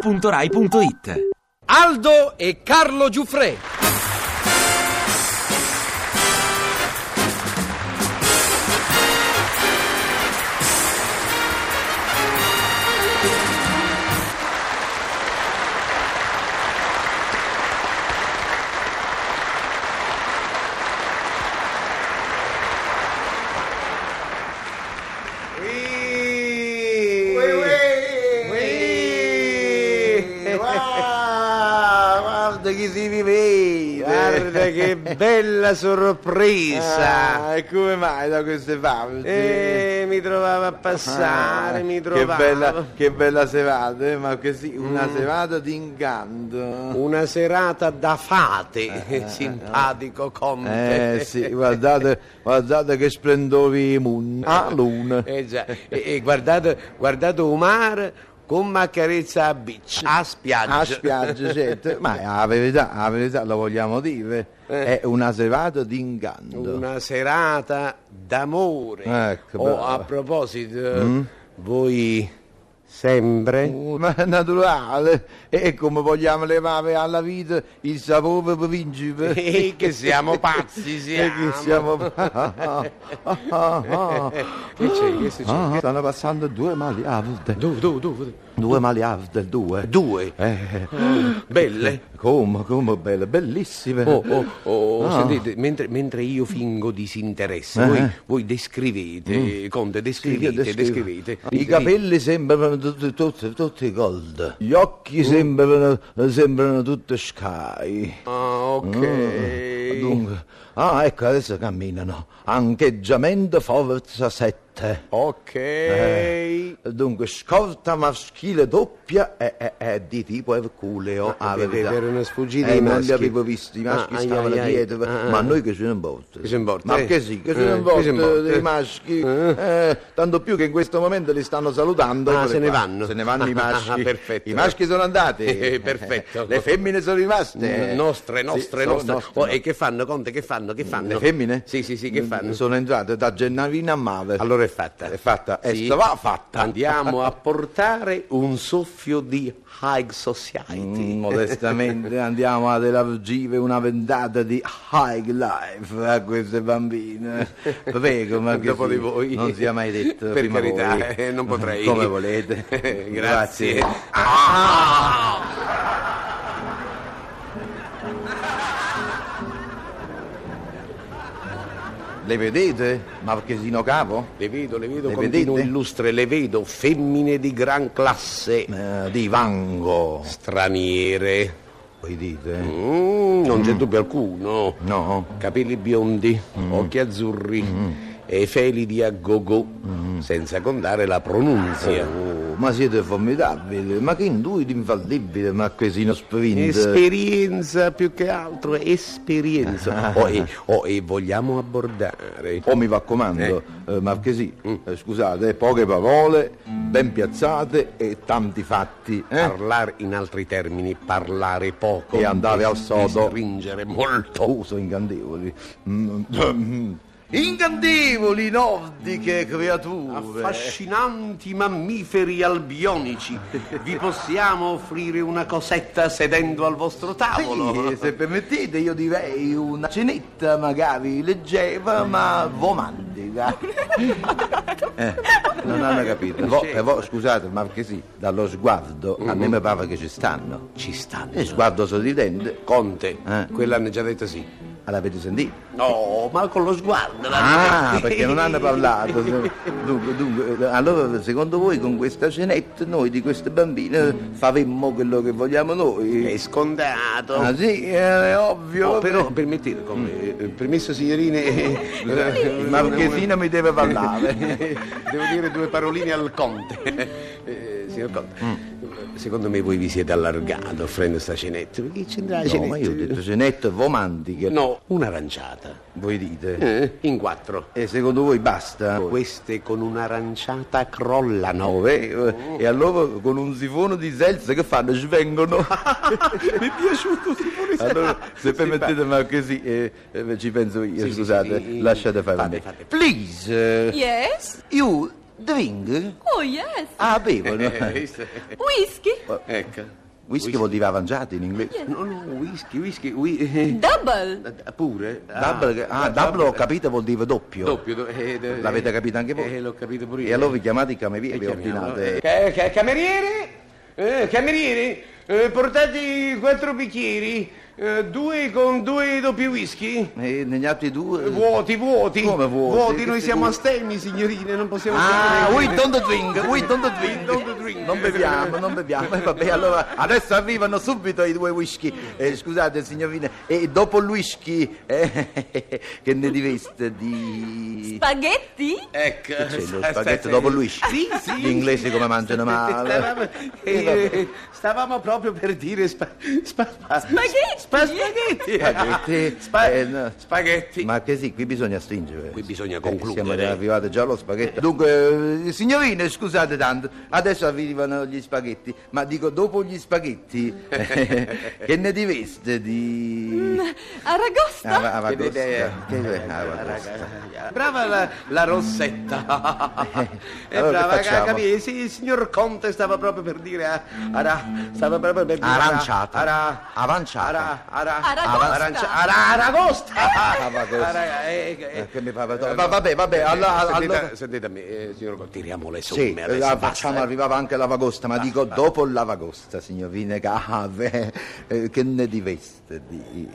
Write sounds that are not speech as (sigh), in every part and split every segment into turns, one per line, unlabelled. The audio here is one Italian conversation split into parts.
radio2pod.rai.it
Aldo e Carlo Giuffre.
Ui, ui, ah, Guarda chi si rivede!
Guarda che bella sorpresa!
Ah, e come mai da queste parti?
Eh, mi trovavo a passare,
Ah,
mi
che
trovavo.
bella, che bella serata, eh, ma così una serata di incanto.
Una serata da fate, eh, simpatico conte.
Eh sì, guardate, guardate che splendori mun- a luna.
Eh, già. E, e guardate, guardate un mare con maccarezza a beach, a spiaggia.
A spiaggia, certo. Ma la verità, la verità la vogliamo dire, è una serata di inganno.
Una serata d'amore.
Ecco,
oh,
bravo. Mm?
a proposito, voi sempre
(laughs) Ma è naturale, e come vogliamo levare alla vita il sapore principe.
Eh, (laughs) che siamo pazzi,
(laughs) E che
siamo.
siamo... Ah, ah, ah,
(laughs)
ah,
Che c'è? Che succede?
ah. Stanno passando due maliarde,
Dove, dove, dove?
due maliarde, due.
Due.
Eh,
Belle.
(laughs) come, come belle, bellissime.
Oh, oh, oh,
Ah.
sentite, mentre, mentre io fingo disinteresse,
Eh. Mm.
voi, voi descrivete, Conte,
Sì, che
descrivete,
descrivo. Ah,
descrivete.
I capelli sembrano tutti, tutti, tutti gold. Gli
Oh.
occhi sembrano, sembrano tutti sky.
Ah, ok. Mm.
Dunque, ah, ecco, adesso camminano. Ancheggiamento forza 7.
Ok.
Eh. Dunque, scorta maschile doppia è, è- è di tipo Erculeo.
Ma
ah,
vi-
verità.
vi erano sfuggiti
Eh,
i
non
maschi.
li avevo visti, i maschi
Ah, ai,
stavano
ai, ai.
dietro.
Ah,
ma
ah.
noi che ce ne importa?
Che ce ne importa,
Ma
eh?
che sì, che ce
Eh,
ne
che ce ne
importa
importa?
dei maschi? Eh, tanto più che in questo momento li stanno salutando.
Ah,
Eccole
se ne
qua.
vanno.
Se ne vanno i maschi.
Ah, perfetto.
I maschi sono andati.
(laughs) Eh, perfetto.
Le femmine sono rimaste.
N- Nostre, nostre,
Sì, sono
nostre.
nostre,
Oh, E che fanno, Conte, che fanno, che fanno?
Le femmine?
Sì, sì, sì, che
Mm,
fanno?
Sono entrate da Gennarina a Mave.
Allora è fatta.
È fatta. E
Sì.
stava fatta.
Andiamo
(laughs)
a portare un soffio di high society. (laughs)
Mm, modestamente andiamo ad elargire una ventata di high life a queste bambine. Prego, ma che
Dopo
sì,
di voi.
Non sia mai detto.
(laughs) Per
prima
carità,
voi.
eh, non potrei.
(laughs) Come volete.
(laughs) Grazie. Ah!
Le vedete, Marchesino Capo?
Le vedo, le vedo,
Le
continuo
vedete?
illustre, le vedo, femmine di gran classe,
Eh, di Vango.
straniere.
Voi dite?
Mm, non c'è dubbio alcuno.
No?
Capelli biondi,
Mm.
occhi azzurri, e felidi a gogo,
Mm.
senza contare la pronunzia.
Oh, ma siete formidabili, ma che intuito infallibile, Marchesino Sprint.
Esperienza più che altro,
(laughs)
esperienza. Oh, e, oh, e vogliamo abbordare.
Oh, mi raccomando, eh, Marchesi, eh, scusate, poche parole, ben piazzate e tanti fatti. Eh?
Parlare in altri termini, parlare poco.
E andare al sodo.
Stringere molto.
Oh, sono incantevoli. Mm. (laughs) Incantevoli nordiche creature.
Affascinanti mammiferi albionici. Vi possiamo offrire una cosetta sedendo al vostro tavolo?
Sì, se permettete io direi una cenetta magari leggera ma romantica. (laughs) Eh, (laughs) non hanno capito. Vo- eh, vo- scusate, Marchesi, dallo sguardo a me mi pare che ci stanno.
Ci stanno.
E sguardo sorridente,
Conte,
Eh.
quella hanno già detto sì.
Ah, l'avete sentito?
No, ma con lo sguardo. l'hanno (laughs)
Ah,
detto.
perché non hanno parlato. Dunque, dunque, allora secondo voi con questa cenetta noi di queste bambine faremmo quello che vogliamo
È
noi?
scontato.
Ah sì, Mm. eh, è ovvio.
Oh, però permettete, come, eh, permesso signorine,
(laughs)
eh, eh,
il marchesino mi deve parlare.
devo dire due paroline al conte. Eh, signor conte,
Mm.
secondo me voi vi siete allargato offrendo sta cenetta. Perché c'entra la
No, ma io ho
cenetta?
detto cenette romantiche.
No, un'aranciata.
Voi dite.
Eh, in quattro.
E secondo voi basta?
Queste con un'aranciata crollano.
No, eh, eh, E allora con un sifono di selza che fanno? Svengono.
(laughs) Mi è piaciuto Simone
Allora,
Serra.
se permettete, ma così eh, eh, ci penso io,
Sì, sì,
scusate,
sì, sì.
lasciate fare a
Fate,
me.
fate.
Please, eh,
Yes?
you Drink?
Oh yes.
Ah,
(laughs)
bevono. (laughs)
Eh,
Whisky
visto?
Whisky.
ecco.
vuol dire avanzato in inglese.
No, no, whisky, whisky, whi-
Double.
eh, pure?
Double, ah, double ho capito vuol dire doppio.
Doppio. do- eh, eh,
L'avete capito anche voi?
Eh, l'ho capito pure io.
E allora vi chiamate i camerieri e
Eh,
vi
chiamiamo,
ordinate.
eh. Ca- ca- cameriere? Eh, cameriere? eh, portate quattro bicchieri, eh, due con due doppi whisky?
E Eh, negli altri due.
Vuoti, vuoti.
Come vuoti?
noi siamo astemni, signorine, non possiamo...
Ah,
bere.
we don't drink, we don't drink.
Don't drink.
Non beviamo, non beviamo. Eh, vabbè, allora adesso arrivano subito i due whisky. Eh, scusate, signorina, e dopo il whisky, eh, (laughs) che ne direste di.
Spaghetti.
Ecco,
C'è
(laughs)
lo
sta-
spaghetto
sta-
dopo il whisky.
Sì, sì.
Gli inglesi come mangiano
Stavamo,
male.
eh, stavamo proprio per dire spa, spa-
Spaghetti.
spa- spaghetti.
Spaghetti,
Spa-
eh, no.
Spaghetti.
Ma che sì, qui bisogna stringere.
Qui bisogna
Perché
concludere.
Siamo arrivati già allo spaghetto. Dunque, eh, signorine, scusate tanto, adesso arrivano gli spaghetti, ma dico dopo gli spaghetti, (laughs) eh, che ne diveste di...
Aragosta.
Ava-
Che
avagosta?
idea.
Che- eh,
Eh,
avagosta.
raga, Brava la, la rossetta. E
Allora,
brava,
che facciamo?
capi- sì, il signor Conte stava proprio per dire ah, ara, stava proprio per dire
Aranciata.
Ara,
Avanciata.
Ara, ara,
Aragosta.
arancia- ara- aragosta.
Avagosta.
Ara- eh, eh,
Eh, che mi fa- va-
eh,
va- vabbè, vabbè,
eh,
allora-
sentite,
allora-
sentite a me, eh, signor Conte, tiriamo le somme
Sì,
adesso.
la
basta,
facciamo,
eh.
arrivava anche l'avagosta, ma dico dopo l'avagosta, signorine cave, eh, che ne diveste di...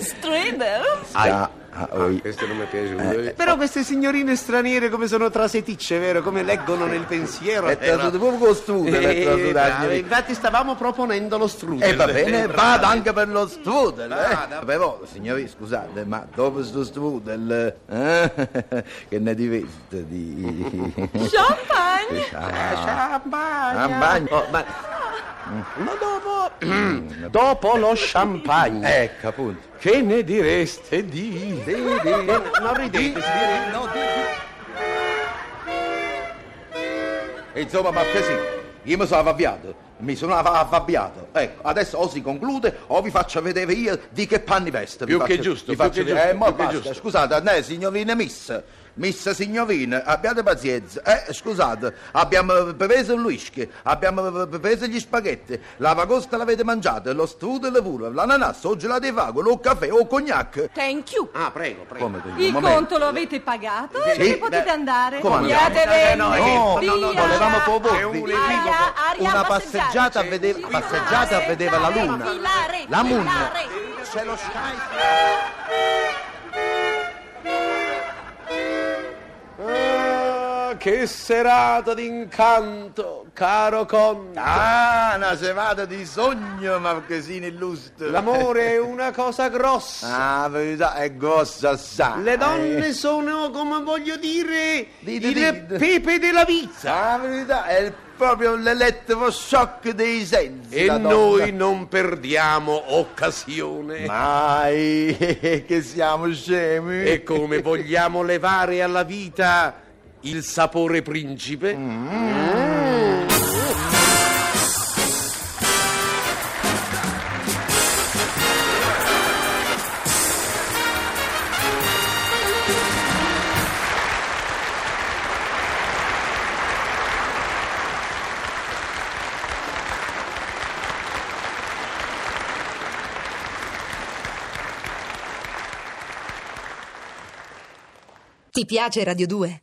Strider.
Sta- ah,
Ah,
oi.
questo non mi è piaciuto. Però queste signorine straniere come sono traseticce, vero? Come leggono nel pensiero.
È
vero?
stato proprio con strudel, è
Eh,
stato da
bravo,
signori.
infatti stavamo proponendo lo strudel.
E va bene,
Bravo.
vado anche per lo strudel.
Vada.
Eh. Però, signori, scusate, ma dopo sto strudel, eh, (laughs) che ne diventa
(laughs)
di... Ah,
Champagne.
Eh, champagne.
Champagne.
Oh, ma... ma dopo... (clears throat) dopo lo champagne,
Ecco, appunto.
che ne direste di... Non ridete, signori.
E Insomma, ma che sì, io mi sono avviato, mi sono av- avvabbiato. Ecco, adesso o si conclude o vi faccio vedere io di che panni veste. Vi
Più che
faccio-
giusto,
vi
più
faccio
che giusto,
vedere. Eh, mo
più che
basta,
giusto.
scusate, né, signorine miss. Miss signorine, abbiate pazienza. Eh, scusate, abbiamo preso il whisky, abbiamo preso gli spaghetti, l'avagosta l'avete mangiato, lo strudel pure, l'ananas, o gelato di fago, o caffè, o cognac.
Thank you.
Ah, prego, prego.
Come tu?
Il
un momento.
conto lo avete pagato e
Sì,
vi
beh,
potete andare.
come andiamo?
Andiatevene.
No,
No,
Via.
no, no, volevamo
È un
proporvi
equivoco.
Aria, aria,
una
a passeggiare.
passeggiata a vedere,
Filare,
passeggiata a vedere la luna,
filare,
la luna.
filare.
C'è lo sky.
Ah, che serata d'incanto, caro Conte.
Ah, una serata di sogno, marchesino illustre.
L'amore è una cosa grossa.
Ah, la verità è grossa assai.
Le donne sono, come voglio dire,
Ah, eh. Di- di-
il
di-
pepe della vita.
Ah, la verità è proprio l'elettroshock dei sensi.
E
la donna.
noi non perdiamo occasione.
Mai, (laughs) che siamo scemi.
E come vogliamo levare alla vita il sapore principe?
Ti piace Radio 2?